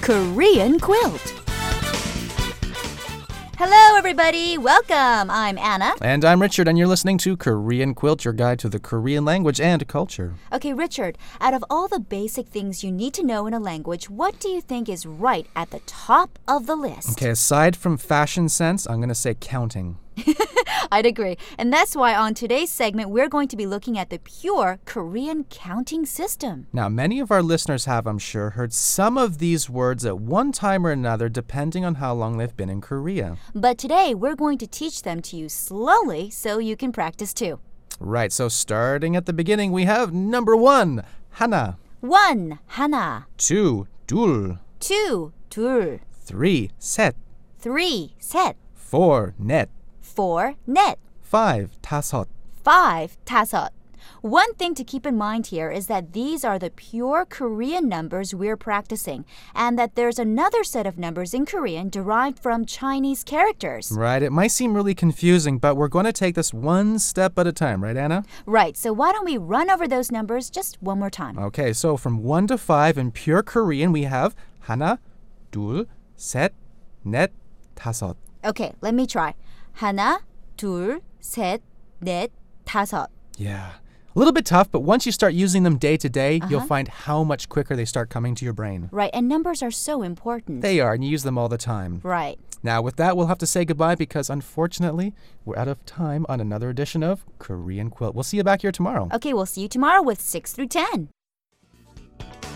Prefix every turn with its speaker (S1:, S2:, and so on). S1: Korean quilt. Hello, everybody. Welcome. I'm Anna.
S2: And I'm Richard, and you're listening to Korean Quilt, your guide to the Korean language and culture.
S1: Okay, Richard, out of all the basic things you need to know in a language, what do you think is right at the top of the list?
S2: Okay, aside from fashion sense, I'm going to say counting.
S1: I'd agree. And that's why on today's segment, we're going to be looking at the pure Korean counting system.
S2: Now, many of our listeners have, I'm sure, heard some of these words at one time or another, depending on how long they've been in Korea.
S1: But today, we're going to teach them to you slowly so you can practice too.
S2: Right, so starting at the beginning, we have number one, hana,
S1: One, 하나.
S2: two, dul,
S1: Two, 둘.
S2: three, set,
S1: Three, 셋.
S2: four, net,
S1: Four, 넷.
S2: five, tasot.
S1: 5 다섯. One thing to keep in mind here is that these are the pure Korean numbers we're practicing, and that there's another set of numbers in Korean derived from Chinese characters.
S2: Right, it might seem really confusing, but we're going to take this one step at a time, right, Anna?
S1: Right, so why don't we run over those numbers just one more time?
S2: Okay, so from 1 to 5 in pure Korean, we have 하나, 둘, 셋, 넷, 다섯.
S1: Okay, let me try. 하나, 둘, 셋, 넷, 다섯.
S2: Yeah. A little bit tough, but once you start using them day to day, you'll find how much quicker they start coming to your brain.
S1: Right, and numbers are so important.
S2: They are, and you use them all the time.
S1: right.
S2: Now, with that, we'll have to say goodbye because unfortunately, we're out of time on another edition of Korean Quilt. We'll see you back here tomorrow.
S1: Okay, we'll see you tomorrow with 6 through 10.